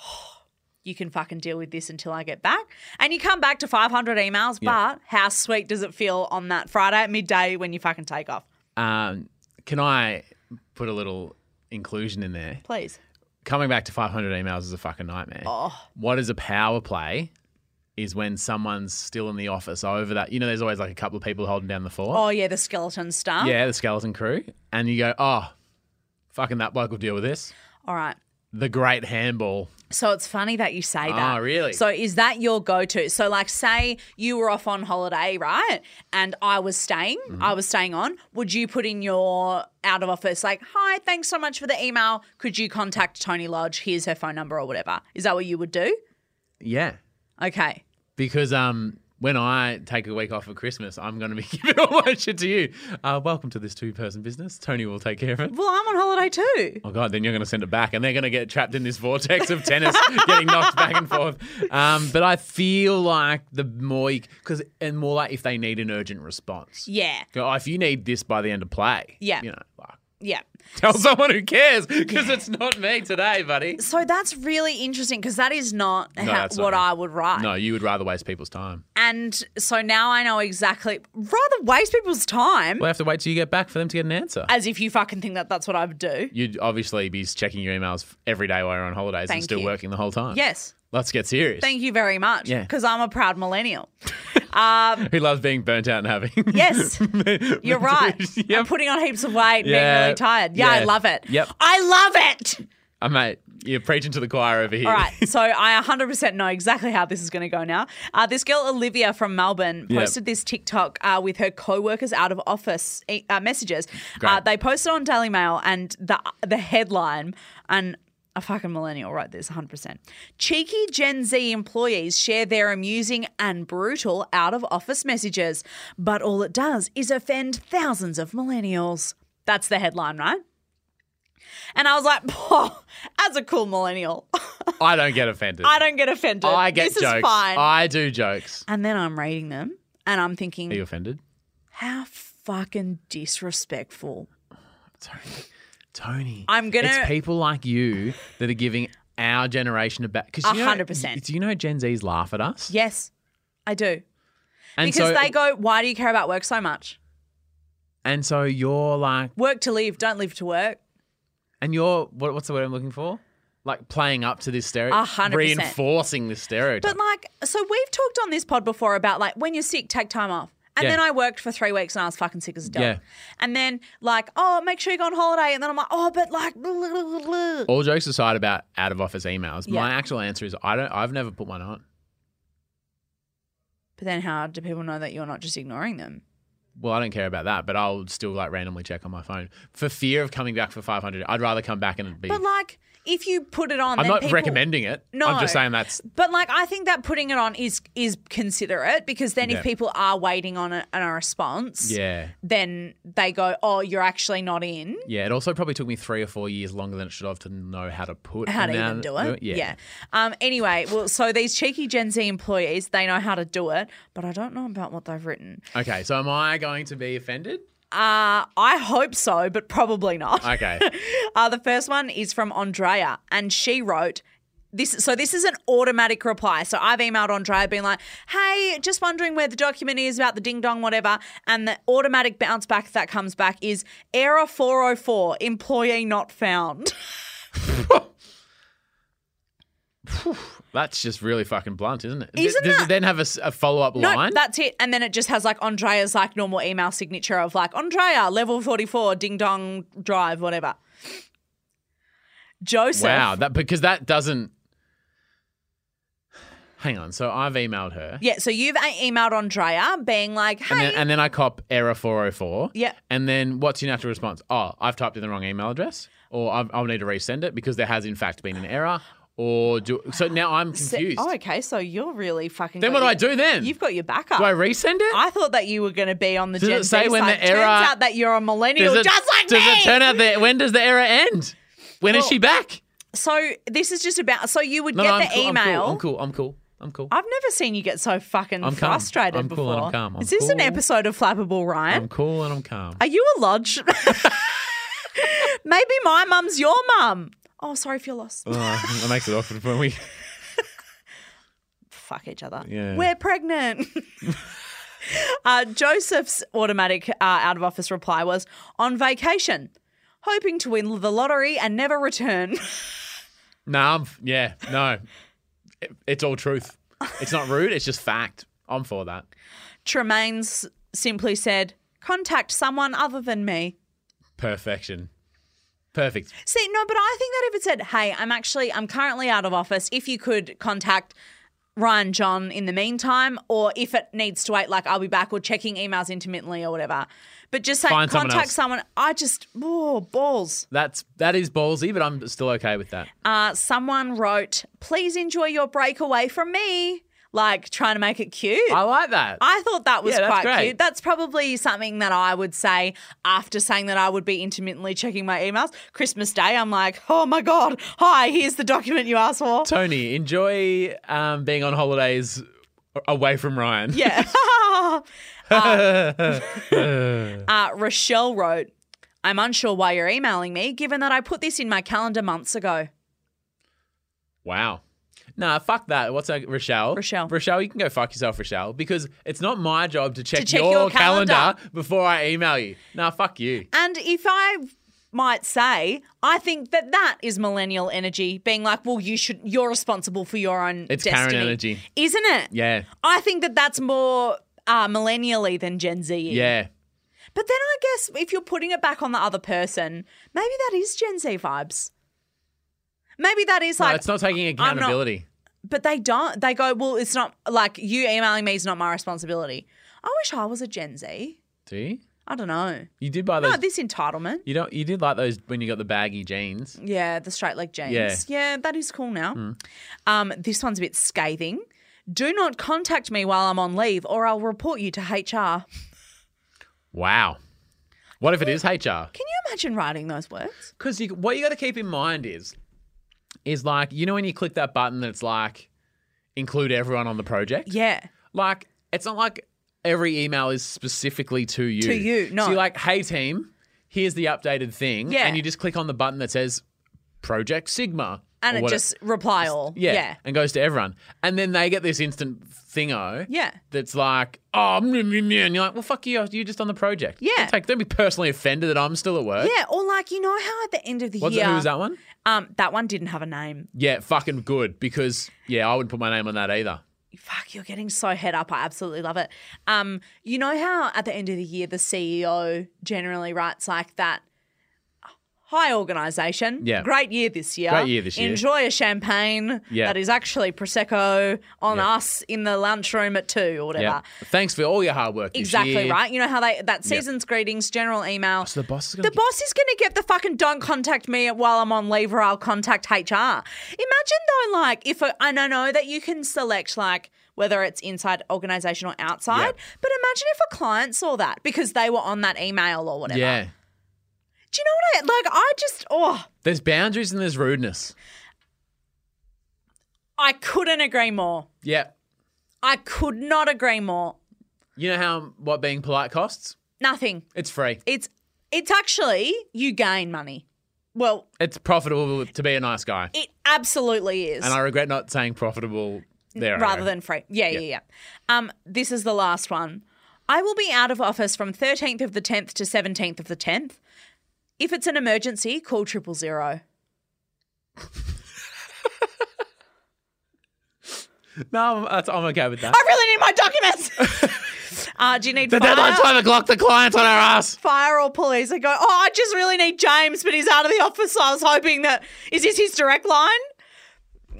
[SPEAKER 1] "Oh, you can fucking deal with this until I get back. And you come back to 500 emails, but how sweet does it feel on that Friday at midday when you fucking take off?
[SPEAKER 2] Um, can I put a little inclusion in there?
[SPEAKER 1] Please.
[SPEAKER 2] Coming back to 500 emails is a fucking nightmare.
[SPEAKER 1] Oh.
[SPEAKER 2] What is a power play? Is when someone's still in the office over that. You know, there's always like a couple of people holding down the fort.
[SPEAKER 1] Oh, yeah, the skeleton stuff.
[SPEAKER 2] Yeah, the skeleton crew. And you go, oh, fucking that bloke will deal with this.
[SPEAKER 1] All right.
[SPEAKER 2] The great handball.
[SPEAKER 1] So it's funny that you say that.
[SPEAKER 2] Ah, really?
[SPEAKER 1] So is that your go-to? So like say you were off on holiday, right? And I was staying,
[SPEAKER 2] Mm-hmm.
[SPEAKER 1] I was staying on. Would you put in your out of office like, "Hi, thanks so much for the email. Could you contact Tony Lodge? Here's her phone number or whatever." Is that what you would do?
[SPEAKER 2] Yeah.
[SPEAKER 1] Okay.
[SPEAKER 2] Because um, when I take a week off for Christmas, I'm going to be giving all my shit to you. Uh, welcome to this two person business. Tony will take care of it.
[SPEAKER 1] Well, I'm on holiday too.
[SPEAKER 2] Oh, God, then you're going to send it back, and they're going to get trapped in this vortex of tennis, getting knocked back and forth. Um, but I feel like the more, because, and more like if they need an urgent response.
[SPEAKER 1] Yeah.
[SPEAKER 2] Go, "Oh, if you need this by the end of play,
[SPEAKER 1] Yeah.
[SPEAKER 2] you know, like,
[SPEAKER 1] Yeah.
[SPEAKER 2] tell someone who cares, because it's not me today, buddy.
[SPEAKER 1] So that's really interesting because that is not how,
[SPEAKER 2] that's not
[SPEAKER 1] what
[SPEAKER 2] me.
[SPEAKER 1] I would write.
[SPEAKER 2] No, you would rather waste people's time.
[SPEAKER 1] And so now I know exactly. Rather waste people's time
[SPEAKER 2] We'll have to wait till you get back for them to get an answer.
[SPEAKER 1] as if you fucking think that that's what I would do.
[SPEAKER 2] You'd obviously be checking your emails every day while you're on holidays
[SPEAKER 1] Thank
[SPEAKER 2] and still
[SPEAKER 1] you.
[SPEAKER 2] working the whole time.
[SPEAKER 1] Yes.
[SPEAKER 2] Let's get serious.
[SPEAKER 1] Thank you very much.
[SPEAKER 2] Yeah.
[SPEAKER 1] Because I'm a proud millennial.
[SPEAKER 2] Who loves being burnt out and having.
[SPEAKER 1] Yes. You're right. I'm
[SPEAKER 2] yep.
[SPEAKER 1] putting on heaps of weight, and being
[SPEAKER 2] Yeah.
[SPEAKER 1] really tired. Yeah, I
[SPEAKER 2] Yeah.
[SPEAKER 1] love it.
[SPEAKER 2] Yep.
[SPEAKER 1] I love it.
[SPEAKER 2] Uh, mate, you're preaching to the choir over here.
[SPEAKER 1] All right, so I 100% know exactly how this is going to go now. Uh, this girl, Olivia from Melbourne,
[SPEAKER 2] Yep.
[SPEAKER 1] posted this TikTok uh, with her co workers out of office e- uh, messages. Uh,
[SPEAKER 2] Great.
[SPEAKER 1] they posted on Daily Mail, and the, the headline, and a fucking millennial wrote this 100%. Cheeky Gen Z employees share their amusing and brutal out of office messages, but all it does is offend thousands of millennials. That's the headline, right? And I was like, "Poh, as a cool millennial,
[SPEAKER 2] I don't get offended.
[SPEAKER 1] I don't get offended.
[SPEAKER 2] I get
[SPEAKER 1] this
[SPEAKER 2] jokes.
[SPEAKER 1] is fine.
[SPEAKER 2] I do jokes.
[SPEAKER 1] and then I'm reading them and I'm
[SPEAKER 2] Are you
[SPEAKER 1] thinking,
[SPEAKER 2] offended?
[SPEAKER 1] how fucking disrespectful.
[SPEAKER 2] Tony. Tony.
[SPEAKER 1] I'm gonna-
[SPEAKER 2] It's people like you that are giving our generation a back.
[SPEAKER 1] A hundred percent.
[SPEAKER 2] Do you know Gen Z's laugh at us?
[SPEAKER 1] Yes, I do.
[SPEAKER 2] And
[SPEAKER 1] because
[SPEAKER 2] so,
[SPEAKER 1] they go, why do you care about work so much?
[SPEAKER 2] And so you're like,
[SPEAKER 1] Work to live, don't live to work.
[SPEAKER 2] and you're what, what's the word I'm looking for? Like playing up to this
[SPEAKER 1] A
[SPEAKER 2] stereotype,
[SPEAKER 1] hundred percent.
[SPEAKER 2] reinforcing this stereotype.
[SPEAKER 1] But like, so we've talked on this pod before about like when you're sick, take time off. And
[SPEAKER 2] Yeah.
[SPEAKER 1] then I worked for three weeks and I was fucking sick as a dog.
[SPEAKER 2] Yeah.
[SPEAKER 1] And then like, oh, make sure you go on holiday. And then I'm like, oh, but like, blah, blah, blah, blah."
[SPEAKER 2] All jokes aside about out of office emails,
[SPEAKER 1] Yeah.
[SPEAKER 2] my actual answer is I don't. I've never put one on.
[SPEAKER 1] but then how do people know that you're not just ignoring them?
[SPEAKER 2] well, I don't care about that, but I'll still like randomly check on my phone for fear of coming back for 500. I'd rather come back and be.
[SPEAKER 1] But like, if you put it on,
[SPEAKER 2] I'm
[SPEAKER 1] then
[SPEAKER 2] not
[SPEAKER 1] people-
[SPEAKER 2] recommending it.
[SPEAKER 1] No.
[SPEAKER 2] I'm just saying that's
[SPEAKER 1] But like, I think that putting it on is is considerate because then
[SPEAKER 2] Yeah.
[SPEAKER 1] if people are waiting on a, on a response,
[SPEAKER 2] yeah.
[SPEAKER 1] then they go, "Oh, you're actually not in."
[SPEAKER 2] Yeah, it also probably took me three or four years longer than it should have to know how to put
[SPEAKER 1] How to even
[SPEAKER 2] and
[SPEAKER 1] do it?
[SPEAKER 2] Yeah.
[SPEAKER 1] Um. Anyway, well, so these cheeky Gen Z employees, they know how to do it, but I don't know about what they've written.
[SPEAKER 2] Okay, so am I going to be offended?
[SPEAKER 1] Uh, I hope so, but probably not.
[SPEAKER 2] Okay.
[SPEAKER 1] Uh, the first one is from Andrea, and she wrote this. So this is an automatic reply. So I've emailed Andrea, being like, "Hey, just wondering where the document is about the ding dong, whatever." And the automatic bounce back that comes back is error four hundred four, employee not found.
[SPEAKER 2] That's just really fucking blunt, isn't it?
[SPEAKER 1] Isn't
[SPEAKER 2] Does
[SPEAKER 1] that-
[SPEAKER 2] it then have a, follow up
[SPEAKER 1] No,
[SPEAKER 2] line?
[SPEAKER 1] that's it. And then it just has like Andrea's like normal email signature of like Andrea, level forty four, ding dong drive, whatever. Joseph.
[SPEAKER 2] wow, that because that doesn't. Hang on. So I've emailed her,
[SPEAKER 1] Yeah, so you've uh, emailed Andrea being like, hey,
[SPEAKER 2] and then and then I cop error four hundred four.
[SPEAKER 1] Yeah.
[SPEAKER 2] And then what's your natural response? Oh, I've typed in the wrong email address, or I've, I'll need to resend it because there has in fact been an error. Or do so now I'm
[SPEAKER 1] So-
[SPEAKER 2] confused.
[SPEAKER 1] oh, okay. So you're really fucking.
[SPEAKER 2] Then
[SPEAKER 1] got
[SPEAKER 2] what do
[SPEAKER 1] your-
[SPEAKER 2] I do then?
[SPEAKER 1] You've got your backup.
[SPEAKER 2] do I resend it?
[SPEAKER 1] I thought that you were going to be on the
[SPEAKER 2] Does
[SPEAKER 1] Gen
[SPEAKER 2] it say
[SPEAKER 1] Z
[SPEAKER 2] when
[SPEAKER 1] side.
[SPEAKER 2] the
[SPEAKER 1] Turns
[SPEAKER 2] error-
[SPEAKER 1] out that you're a millennial, just like
[SPEAKER 2] does
[SPEAKER 1] me.
[SPEAKER 2] it turn out that when does the error end? When is
[SPEAKER 1] Well,
[SPEAKER 2] she back?
[SPEAKER 1] so this is just about. So you would
[SPEAKER 2] No,
[SPEAKER 1] get
[SPEAKER 2] no, I'm,
[SPEAKER 1] the
[SPEAKER 2] cool, I'm cool,
[SPEAKER 1] email.
[SPEAKER 2] I'm cool. I'm cool. I'm cool.
[SPEAKER 1] I've never seen you get so fucking
[SPEAKER 2] I'm calm.
[SPEAKER 1] frustrated
[SPEAKER 2] I'm
[SPEAKER 1] before.
[SPEAKER 2] cool and I'm calm. I'm
[SPEAKER 1] is this an
[SPEAKER 2] cool.
[SPEAKER 1] episode of Flappable Ryan?
[SPEAKER 2] I'm cool and I'm calm.
[SPEAKER 1] Are you a lodge? Maybe my mum's your mum. Oh, sorry if you're lost.
[SPEAKER 2] Oh, that makes it awkward when we.
[SPEAKER 1] fuck each other.
[SPEAKER 2] Yeah.
[SPEAKER 1] We're pregnant. uh, Joseph's automatic uh, out of office reply was on vacation, hoping to win the lottery and never return.
[SPEAKER 2] No, I'm, yeah, no. It- it's all truth. It's not rude. It's just fact. I'm for that.
[SPEAKER 1] Tremaine's simply said, contact someone other than me.
[SPEAKER 2] Perfection. Perfect.
[SPEAKER 1] See, no, but I think that if it said, hey, I'm actually, I'm currently out of office, if you could contact Ryan John in the meantime, or if it needs to wait, like I'll be back, or checking emails intermittently or whatever. But just saying,
[SPEAKER 2] Find someone
[SPEAKER 1] contact
[SPEAKER 2] else.
[SPEAKER 1] someone. I just, oh, balls.
[SPEAKER 2] That's that is ballsy, but I'm still okay with that.
[SPEAKER 1] Uh, someone wrote, please enjoy your break away from me. Like trying to make it cute.
[SPEAKER 2] I
[SPEAKER 1] I,
[SPEAKER 2] like that.
[SPEAKER 1] thought that was
[SPEAKER 2] Yeah, that's
[SPEAKER 1] quite
[SPEAKER 2] great.
[SPEAKER 1] cute. That's probably something that I would say after saying that I would be intermittently checking my emails. Christmas Day, I'm like, oh my God, hi, here's the document you asked for.
[SPEAKER 2] Tony, enjoy um, being on holidays away from Ryan.
[SPEAKER 1] Yeah. Uh, uh, Rochelle wrote, I'm unsure why you're emailing me, given that I put this in my calendar months ago.
[SPEAKER 2] Wow. Nah, fuck that. What's that, Rochelle?
[SPEAKER 1] Rochelle.
[SPEAKER 2] Rochelle, you can go fuck yourself, Rochelle, because it's not my job to check,
[SPEAKER 1] To check
[SPEAKER 2] your,
[SPEAKER 1] your
[SPEAKER 2] calendar.
[SPEAKER 1] calendar.
[SPEAKER 2] before I email you. Nah, fuck you.
[SPEAKER 1] And if I might say, I think that that is millennial energy, being like, "Well, you should. You're responsible for your own."
[SPEAKER 2] It's
[SPEAKER 1] destiny.
[SPEAKER 2] Karen energy.
[SPEAKER 1] isn't it?
[SPEAKER 2] Yeah.
[SPEAKER 1] I think that that's more uh, millennially than Gen Z.
[SPEAKER 2] Yeah.
[SPEAKER 1] But then I guess if you're putting it back on the other person, maybe that is Gen Z vibes. Maybe that is
[SPEAKER 2] No,
[SPEAKER 1] like
[SPEAKER 2] it's not taking
[SPEAKER 1] not-
[SPEAKER 2] accountability.
[SPEAKER 1] but they don't. They go, well, it's not like you emailing me is not my responsibility. I wish I was a Gen Z.
[SPEAKER 2] Do you?
[SPEAKER 1] I don't know.
[SPEAKER 2] You did buy those.
[SPEAKER 1] No, this entitlement.
[SPEAKER 2] you don't. You did like those when you got the baggy jeans.
[SPEAKER 1] Yeah, the straight leg jeans.
[SPEAKER 2] Yeah. Hmm.
[SPEAKER 1] Yeah, that is cool now. Um, this one's a bit scathing. Do not contact me while I'm on leave, or I'll report you to HR.
[SPEAKER 2] Wow. What if it is HR?
[SPEAKER 1] Can you imagine writing those words?
[SPEAKER 2] Because you, what you got to keep in mind is, is like you know when you click that button that's like, include everyone on the project.
[SPEAKER 1] Yeah,
[SPEAKER 2] Like, it's not like every email is specifically to you.
[SPEAKER 1] To you, no.
[SPEAKER 2] So you're like, hey, team, here's the updated thing.
[SPEAKER 1] Yeah.
[SPEAKER 2] And you just click on the button that says Project Sigma.
[SPEAKER 1] and
[SPEAKER 2] or
[SPEAKER 1] it
[SPEAKER 2] what
[SPEAKER 1] just reply all.
[SPEAKER 2] yeah,
[SPEAKER 1] yeah,
[SPEAKER 2] And goes to everyone. And then they get this instant thingo.
[SPEAKER 1] Yeah.
[SPEAKER 2] That's like, oh, meh, meh, meh," and you're like, well, fuck you. You're just on the project.
[SPEAKER 1] Yeah.
[SPEAKER 2] Don't, take- don't be personally offended that I'm still at work.
[SPEAKER 1] Yeah, Or like you know how at the end of the
[SPEAKER 2] What's,
[SPEAKER 1] year,
[SPEAKER 2] Who was that one?
[SPEAKER 1] Um, that one didn't have a name.
[SPEAKER 2] Yeah, fucking good. Because, yeah, I wouldn't put my name on that either.
[SPEAKER 1] Fuck, you're getting so head up. I absolutely love it. Um, you E know how at the end of the year the CEO generally writes like that Hi, organisation.
[SPEAKER 2] Yeah.
[SPEAKER 1] Great year this year.
[SPEAKER 2] Great year this year.
[SPEAKER 1] Enjoy a champagne
[SPEAKER 2] Yeah.
[SPEAKER 1] that is actually Prosecco on
[SPEAKER 2] Yeah.
[SPEAKER 1] us in the lunchroom at two or whatever.
[SPEAKER 2] Yeah. Thanks for all your hard work. this
[SPEAKER 1] Exactly
[SPEAKER 2] year.
[SPEAKER 1] right. You know how they that season's greetings, general email.
[SPEAKER 2] So the boss is gonna
[SPEAKER 1] the
[SPEAKER 2] get-
[SPEAKER 1] boss is going to get the fucking don't contact me while I'm on leave, or I'll contact HR. Imagine though, like if a, and I know that you can select like whether it's inside organization or outside,
[SPEAKER 2] Yeah.
[SPEAKER 1] but imagine if a client saw that because they were on that email or whatever.
[SPEAKER 2] Yeah.
[SPEAKER 1] Do you know what I like? I just oh,
[SPEAKER 2] There's boundaries and there's rudeness.
[SPEAKER 1] I couldn't agree more.
[SPEAKER 2] Yeah.
[SPEAKER 1] I could not agree more.
[SPEAKER 2] You know how what being polite costs?
[SPEAKER 1] Nothing.
[SPEAKER 2] It's free.
[SPEAKER 1] It's it's actually you gain money. Well,
[SPEAKER 2] It's profitable to be a nice guy.
[SPEAKER 1] it absolutely is.
[SPEAKER 2] And I regret not saying profitable there.
[SPEAKER 1] rather than free. Yeah, yeah, yeah. Um, this is the last one. I will be out of office from 13th of the 10th to 17th of the 10th. If it's an emergency, call triple zero.
[SPEAKER 2] No, I'm, that's, I'm okay with that.
[SPEAKER 1] I really need my documents. uh, do you need
[SPEAKER 2] The deadline's
[SPEAKER 1] fire?
[SPEAKER 2] five o'clock. The client's on our ass.
[SPEAKER 1] Fire or police? I go. Oh, I just really need James, but he's out of the office. So I was hoping that is this his direct line?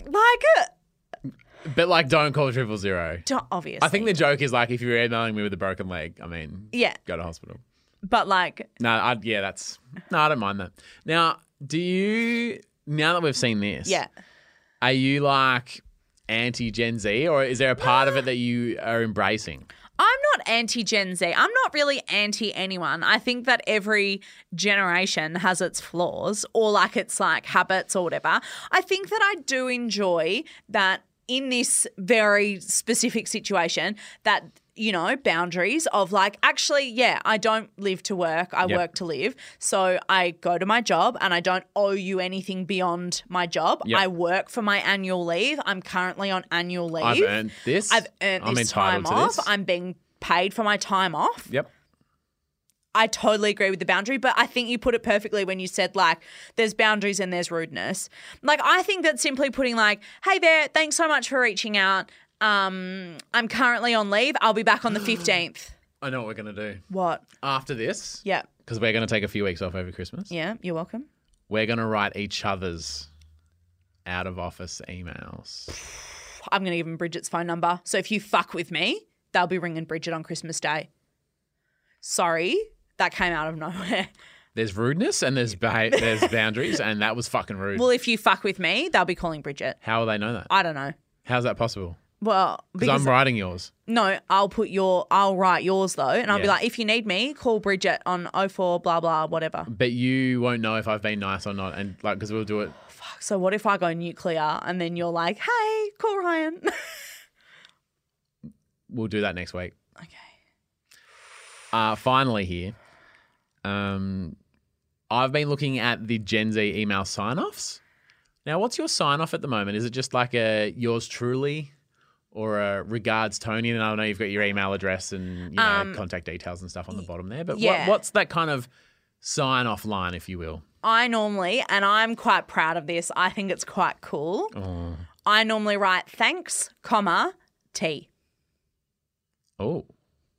[SPEAKER 1] Like, uh,
[SPEAKER 2] But like, don't call triple zero.
[SPEAKER 1] do obviously.
[SPEAKER 2] I think the joke is like, if you're emailing me with a broken leg, I mean,
[SPEAKER 1] Yeah.
[SPEAKER 2] go to hospital.
[SPEAKER 1] but like,
[SPEAKER 2] No, I, yeah, that's no, I don't mind that. Now, do you? Now that we've seen this,
[SPEAKER 1] yeah.
[SPEAKER 2] are you like anti Gen Z, or is there a part
[SPEAKER 1] Uh,
[SPEAKER 2] of it that you are embracing?
[SPEAKER 1] I'm not anti Gen Z. I'm not really anti anyone. I think that every generation has its flaws or like its like habits or whatever. I think that I do enjoy that in this very specific situation that you know boundaries of like actually yeah i don't live to work i
[SPEAKER 2] Yep.
[SPEAKER 1] work to live so i go to my job and i don't owe you anything beyond my job
[SPEAKER 2] Yep.
[SPEAKER 1] i work for my annual leave i'm currently on annual leave
[SPEAKER 2] I've earned this.
[SPEAKER 1] I've earned
[SPEAKER 2] I'm
[SPEAKER 1] this time
[SPEAKER 2] entitled to
[SPEAKER 1] off.
[SPEAKER 2] this.
[SPEAKER 1] I'm being paid for my time off.
[SPEAKER 2] Yep.
[SPEAKER 1] I totally agree with the boundary, but I think you put it perfectly when you said like there's boundaries and there's rudeness. Like I think that simply putting like, hey there, thanks so much for reaching out. Um, I'm currently on leave. I'll be back on the fifteenth.
[SPEAKER 2] I know what we're gonna do
[SPEAKER 1] What?
[SPEAKER 2] after this.
[SPEAKER 1] Yeah.
[SPEAKER 2] Because we're gonna take a few weeks off over Christmas.
[SPEAKER 1] Yeah, you're welcome.
[SPEAKER 2] We're gonna write each other's out of office emails.
[SPEAKER 1] I'm gonna give him Bridget's phone number. So if you fuck with me, they'll be ringing Bridget on Christmas Day. Sorry, that came out of nowhere.
[SPEAKER 2] There's rudeness and there's ba- there's boundaries, and that was fucking rude.
[SPEAKER 1] well, if you fuck with me, they'll be calling Bridget.
[SPEAKER 2] How will they know that?
[SPEAKER 1] I don't know.
[SPEAKER 2] How's that possible?
[SPEAKER 1] Well,
[SPEAKER 2] Because
[SPEAKER 1] because
[SPEAKER 2] I'm writing yours.
[SPEAKER 1] no, I'll put your, I'll write yours though, and I'll be
[SPEAKER 2] Yeah.
[SPEAKER 1] like, if you need me, call Bridget on 04 blah blah whatever.
[SPEAKER 2] But you won't know if I've been nice or not, and like because we'll do it.
[SPEAKER 1] So what if I go nuclear and then you're like, hey, call Ryan?
[SPEAKER 2] We'll do that next week.
[SPEAKER 1] okay.
[SPEAKER 2] Uh, finally, here, um, I've been looking at the Gen Z email sign-offs. Now, what's your sign-off at the moment? Is it just like a yours truly, or a regards Tony? And I know you've got your email address and you know,
[SPEAKER 1] Um,
[SPEAKER 2] contact details and stuff on the bottom there. But
[SPEAKER 1] yeah.
[SPEAKER 2] what, what's that kind of sign-off line, if you will?
[SPEAKER 1] I normally, and I'm quite proud of this. I think it's quite cool.
[SPEAKER 2] Oh.
[SPEAKER 1] I normally write thanks, comma T.
[SPEAKER 2] Oh,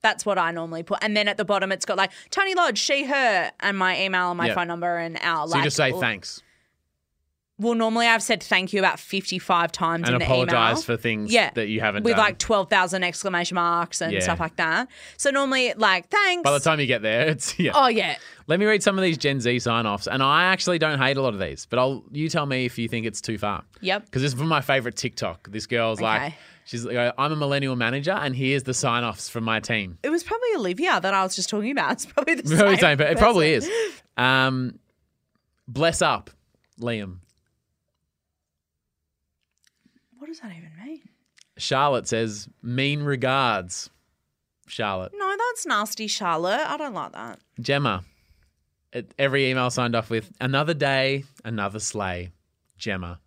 [SPEAKER 1] That's what I normally put, and then at the bottom it's got like Tony Lodge, she, her, and my email and my
[SPEAKER 2] Yeah.
[SPEAKER 1] phone number and our.
[SPEAKER 2] so
[SPEAKER 1] like, oh,
[SPEAKER 2] you just say
[SPEAKER 1] all-
[SPEAKER 2] thanks
[SPEAKER 1] Well, normally I've said thank you about fifty-five times
[SPEAKER 2] and
[SPEAKER 1] in the email.
[SPEAKER 2] apologize for things
[SPEAKER 1] yeah,
[SPEAKER 2] that you haven't
[SPEAKER 1] with
[SPEAKER 2] done.
[SPEAKER 1] like twelve thousand exclamation marks and
[SPEAKER 2] Yeah.
[SPEAKER 1] stuff like that. So normally, like thanks.
[SPEAKER 2] By the time you get there, it's yeah.
[SPEAKER 1] oh yeah,
[SPEAKER 2] Let me read some of these Gen Z sign offs. And I actually don't hate a lot of these, but I'll you tell me if you think it's too far.
[SPEAKER 1] Yep.
[SPEAKER 2] Because this is from my favorite TikTok. This girl's like,
[SPEAKER 1] Okay.
[SPEAKER 2] she's like, I'm a millennial manager, and here's the sign offs from my team.
[SPEAKER 1] it was probably Olivia that I was just talking about. It's probably the
[SPEAKER 2] Probably
[SPEAKER 1] same.
[SPEAKER 2] same, but it probably
[SPEAKER 1] person.
[SPEAKER 2] is. Um, bless up, Liam.
[SPEAKER 1] What does that even mean?
[SPEAKER 2] Charlotte says, mean regards, Charlotte.
[SPEAKER 1] No, that's nasty, Charlotte. I don't like that.
[SPEAKER 2] Gemma. It- Every email signed off with another day, another sleigh. Gemma.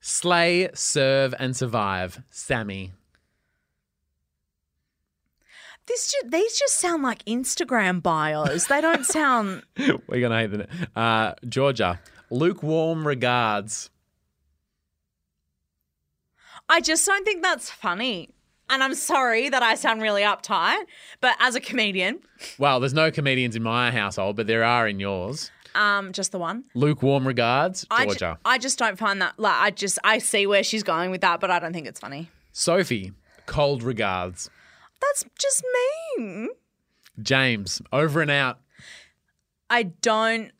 [SPEAKER 2] Slay, serve, and survive. Sammy.
[SPEAKER 1] This ju- these just sound like Instagram bios. They don't sound.
[SPEAKER 2] We're gonna hate the uh, Georgia. Lukewarm regards.
[SPEAKER 1] I just don't think that's funny. And I'm sorry that I sound really uptight, but as a comedian,
[SPEAKER 2] Well, there's no comedians in my household, but there are in yours.
[SPEAKER 1] Um, just the one.
[SPEAKER 2] Lukewarm regards,
[SPEAKER 1] I, ju-
[SPEAKER 2] Georgia.
[SPEAKER 1] I just don't find that like I just I see where she's going with that, but I don't think it's funny.
[SPEAKER 2] Sophie, cold regards.
[SPEAKER 1] That's just mean.
[SPEAKER 2] James, over and out.
[SPEAKER 1] I don't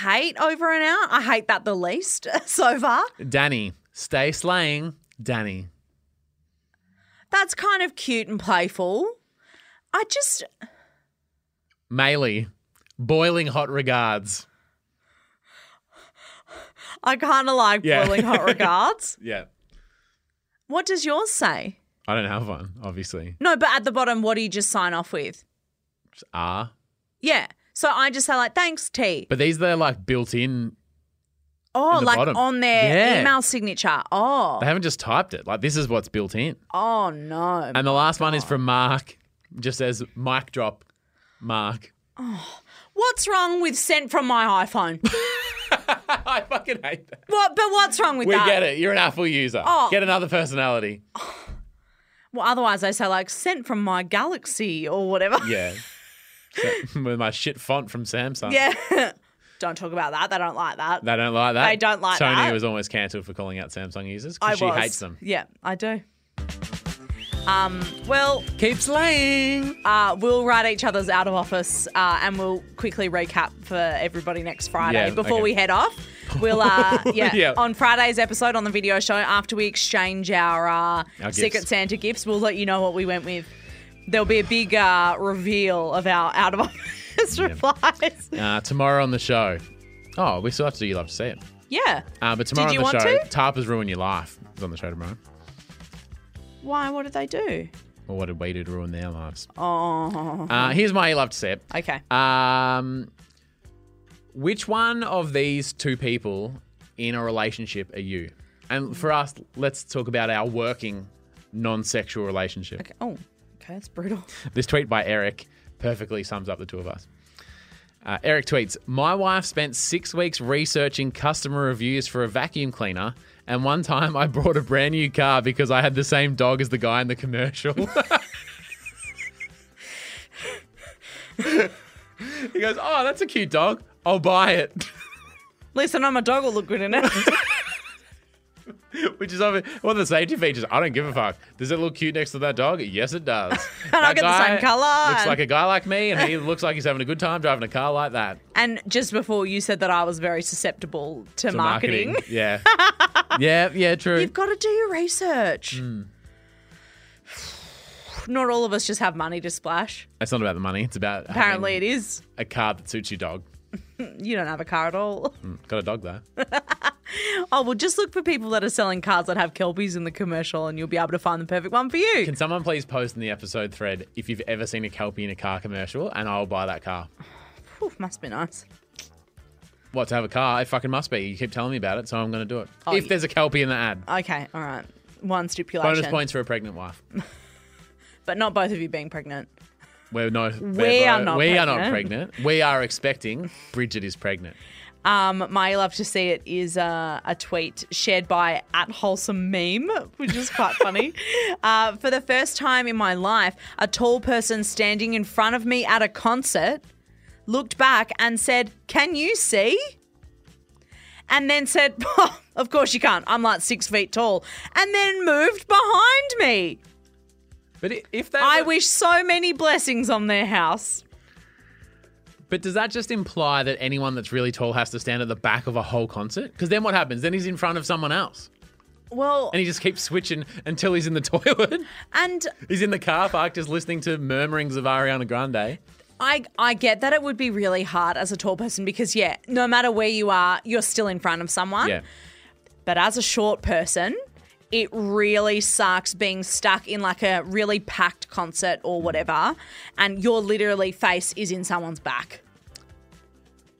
[SPEAKER 1] hate over and out. I hate that the least so far.
[SPEAKER 2] Danny, stay slaying. Danny.
[SPEAKER 1] That's kind of cute and playful. I just
[SPEAKER 2] Maley, boiling hot regards.
[SPEAKER 1] I kind of like
[SPEAKER 2] Yeah.
[SPEAKER 1] boiling hot regards.
[SPEAKER 2] Yeah.
[SPEAKER 1] What does yours say?
[SPEAKER 2] I don't have one, obviously.
[SPEAKER 1] No, but at the bottom, what do you just sign off with?
[SPEAKER 2] It's R.
[SPEAKER 1] Yeah. So I just say like thanks T.
[SPEAKER 2] Ah. But these they're like built in.
[SPEAKER 1] oh,
[SPEAKER 2] in the
[SPEAKER 1] like
[SPEAKER 2] bottom.
[SPEAKER 1] on their
[SPEAKER 2] Yeah.
[SPEAKER 1] email signature. Oh.
[SPEAKER 2] They haven't just typed it. Like this is what's built in.
[SPEAKER 1] Oh no.
[SPEAKER 2] And the last one is from Mark. Just says mic drop. Mark.
[SPEAKER 1] What's wrong with sent from my iPhone?
[SPEAKER 2] I fucking hate that.
[SPEAKER 1] what? But what's wrong with
[SPEAKER 2] We
[SPEAKER 1] that?
[SPEAKER 2] get it. You're an Apple user.
[SPEAKER 1] Oh.
[SPEAKER 2] Get another personality.
[SPEAKER 1] Well, otherwise they say like sent from my Galaxy or whatever.
[SPEAKER 2] Yeah. So- With my shit font from Samsung.
[SPEAKER 1] Yeah. don't talk about that. They don't like that.
[SPEAKER 2] They don't like that.
[SPEAKER 1] They don't like
[SPEAKER 2] Sony
[SPEAKER 1] that.
[SPEAKER 2] was almost cancelled for calling out Samsung users
[SPEAKER 1] I
[SPEAKER 2] because she
[SPEAKER 1] was.
[SPEAKER 2] hates them.
[SPEAKER 1] Yeah, I do. Um, well,
[SPEAKER 2] Keep slaying.
[SPEAKER 1] uh, we'll write each other's out of office uh, and we'll quickly recap for everybody next Friday
[SPEAKER 2] Yeah,
[SPEAKER 1] before
[SPEAKER 2] okay.
[SPEAKER 1] we head off. We'll, uh, yeah,
[SPEAKER 2] Yeah.
[SPEAKER 1] on Friday's episode on the video show, after we exchange our, uh,
[SPEAKER 2] Our
[SPEAKER 1] Secret
[SPEAKER 2] gifts.
[SPEAKER 1] Santa gifts, we'll let you know what we went with. There'll be a big uh, reveal of our out of office replies.
[SPEAKER 2] Uh, tomorrow on the show. Oh, we still have to do You Love to See It.
[SPEAKER 1] Yeah.
[SPEAKER 2] Uh, but tomorrow
[SPEAKER 1] Did you
[SPEAKER 2] on the
[SPEAKER 1] want
[SPEAKER 2] show,
[SPEAKER 1] to?
[SPEAKER 2] Tarpers Ruin Your Life is on the show tomorrow.
[SPEAKER 1] Why? What did they do?
[SPEAKER 2] Well, what did we do to ruin their lives?
[SPEAKER 1] Oh.
[SPEAKER 2] Uh, here's my You Love to See It.
[SPEAKER 1] Okay.
[SPEAKER 2] Um, which one of these two people in a relationship are you? And for us, let's talk about our working non-sexual relationship.
[SPEAKER 1] Okay. Oh, okay. That's brutal.
[SPEAKER 2] This tweet by Eric perfectly sums up the two of us. Uh, Eric tweets My wife spent six weeks researching customer reviews for a vacuum cleaner, and one time I bought a brand new car because I had the same dog as the guy in the commercial. he goes, Oh, that's a cute dog. I'll buy it.
[SPEAKER 1] Listen, I'm a dog. Will look good in it.
[SPEAKER 2] Which is obvious. What are the safety features? I don't give a fuck. Does it look cute next to that dog? Yes, it does. and
[SPEAKER 1] I get the same colour
[SPEAKER 2] Looks
[SPEAKER 1] and-
[SPEAKER 2] like a guy like me, and he looks like he's having a good time driving a car like that.
[SPEAKER 1] and just before you said that I was very susceptible to,
[SPEAKER 2] To
[SPEAKER 1] marketing.
[SPEAKER 2] Yeah. yeah, yeah, true.
[SPEAKER 1] You've got to do your research. Not all of us just have money to splash.
[SPEAKER 2] It's not about the money. It's about
[SPEAKER 1] Apparently, it
[SPEAKER 2] having
[SPEAKER 1] is.
[SPEAKER 2] a car that suits your dog.
[SPEAKER 1] You don't have a car at all.
[SPEAKER 2] Got a dog though.
[SPEAKER 1] Oh, well, just look for people that are selling cars that have Kelpies in the commercial, and you'll be able to find the perfect one for you.
[SPEAKER 2] Can someone please post in the episode thread if you've ever seen a Kelpie in a car commercial, and I'll buy that car.
[SPEAKER 1] Phew, must be nice.
[SPEAKER 2] What to have a car? It fucking must be. You keep telling me about it, so I'm going to do it. if
[SPEAKER 1] yeah.
[SPEAKER 2] there's a Kelpie in the ad,
[SPEAKER 1] Okay, all right. One stipulation.
[SPEAKER 2] bonus points for a pregnant wife.
[SPEAKER 1] But not both of you being pregnant.
[SPEAKER 2] We're no,
[SPEAKER 1] We are not
[SPEAKER 2] we are not pregnant. We are expecting. Bridget is pregnant.
[SPEAKER 1] Um, my love to see it is uh, a tweet shared by at wholesome meme, which is quite funny. Uh, for the first time in my life, a tall person standing in front of me at a concert looked back and said, "Can you see?" And then said, "Of course you can't. I'm like six feet tall." And then moved behind me.
[SPEAKER 2] But i- if that,
[SPEAKER 1] I
[SPEAKER 2] were-
[SPEAKER 1] wish so many blessings on their house.
[SPEAKER 2] But does that just imply that anyone that's really tall has to stand at the back of a whole concert? Because then what happens? Then he's in front of someone else,
[SPEAKER 1] Well,
[SPEAKER 2] and he just keeps switching until he's in the toilet.
[SPEAKER 1] and
[SPEAKER 2] he's in the car park just listening to murmurings of Ariana Grande.
[SPEAKER 1] I I get that it would be really hard as a tall person because yeah, no matter where you are, you're still in front of someone.
[SPEAKER 2] Yeah,
[SPEAKER 1] But as a short person, it really sucks being stuck in like a really packed concert or whatever, and your literally face is in someone's back.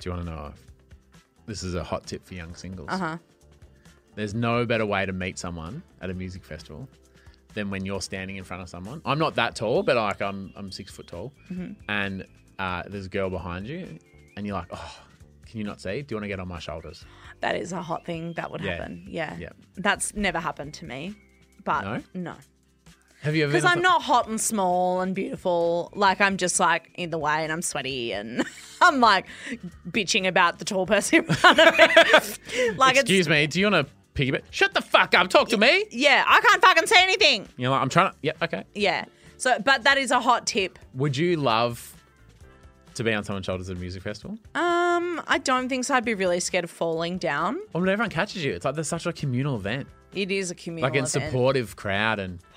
[SPEAKER 2] do you want to know? If this is a hot tip for young singles. Uh
[SPEAKER 1] Uh-huh.
[SPEAKER 2] huh. There's no better way to meet someone at a music festival than when you're standing in front of someone. I'm not that tall, but like I'm I'm six foot tall,
[SPEAKER 1] Mm-hmm.
[SPEAKER 2] and uh, there's a girl behind you, and you're like, oh, can you not see? Do you want to get on my shoulders?
[SPEAKER 1] That is a hot thing that would
[SPEAKER 2] Yeah.
[SPEAKER 1] happen. Yeah.
[SPEAKER 2] Yeah.
[SPEAKER 1] That's never happened to me. But
[SPEAKER 2] No?
[SPEAKER 1] no.
[SPEAKER 2] Have you ever?
[SPEAKER 1] Because
[SPEAKER 2] been-
[SPEAKER 1] I'm not hot and small and beautiful. Like I'm just like in the way, and I'm sweaty, and I'm like bitching about the tall person in front of me. like
[SPEAKER 2] Excuse me. Do you want to piggyback? Shut the fuck up. Talk to me.
[SPEAKER 1] it's yeah, I can't fucking say anything.
[SPEAKER 2] You're like, I'm trying to. Yeah. Okay.
[SPEAKER 1] Yeah. So, but that is a hot tip.
[SPEAKER 2] Would you love to be on someone's shoulders at a music festival?
[SPEAKER 1] Um, I don't think so. I'd be really scared of falling down.
[SPEAKER 2] Or when everyone catches you, it's like there's such a communal event,
[SPEAKER 1] It is a communal
[SPEAKER 2] like in
[SPEAKER 1] event.
[SPEAKER 2] supportive crowd and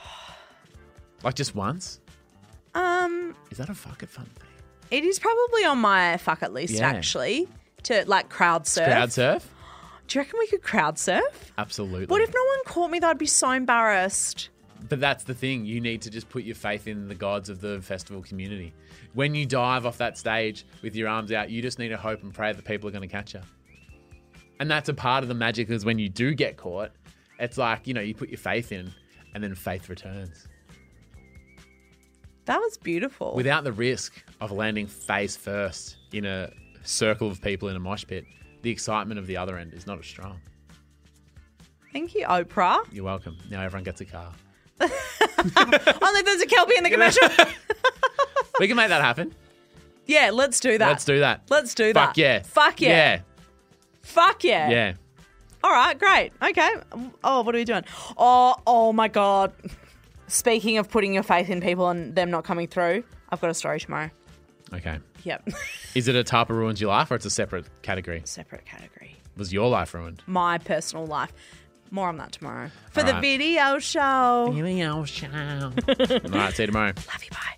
[SPEAKER 2] like just once.
[SPEAKER 1] Um,
[SPEAKER 2] Is that a fucking fun thing?
[SPEAKER 1] it is probably on my fuck at least
[SPEAKER 2] Yeah.
[SPEAKER 1] actually to like crowd surf.
[SPEAKER 2] Crowd surf?
[SPEAKER 1] Do you reckon we could crowd surf?
[SPEAKER 2] Absolutely.
[SPEAKER 1] What if no one caught me? though? I'd be so embarrassed.
[SPEAKER 2] But that's the thing. You need to just put your faith in the gods of the festival community. When you dive off that stage with your arms out, you just need to hope and pray that people are going to catch you. And that's a part of the magic is when you do get caught, it's like, you know, you put your faith in and then faith returns
[SPEAKER 1] That was beautiful.
[SPEAKER 2] without the risk of landing face first in a circle of people in a mosh pit. The excitement of the other end is not as strong.
[SPEAKER 1] Thank you, Oprah.
[SPEAKER 2] You're welcome. Now everyone gets a car.
[SPEAKER 1] Only Oh, there's a Kelpie in the commercial.
[SPEAKER 2] We can make that happen.
[SPEAKER 1] yeah, let's do that.
[SPEAKER 2] Let's do that.
[SPEAKER 1] Let's do that.
[SPEAKER 2] Fuck yeah.
[SPEAKER 1] Fuck yeah. Fuck yeah.
[SPEAKER 2] Yeah. Yeah.
[SPEAKER 1] All right, great. Okay. Oh, what are we doing? Oh, oh my God. Speaking of putting your faith in people and them not coming through, I've got a story tomorrow.
[SPEAKER 2] Okay.
[SPEAKER 1] Yep.
[SPEAKER 2] Is it a type of ruins your life or it's a separate category?
[SPEAKER 1] Separate category.
[SPEAKER 2] Was your life ruined?
[SPEAKER 1] My personal life. More on that tomorrow. For
[SPEAKER 2] All
[SPEAKER 1] the
[SPEAKER 2] right.
[SPEAKER 1] video show.
[SPEAKER 2] All right, see you tomorrow.
[SPEAKER 1] Love you. Bye.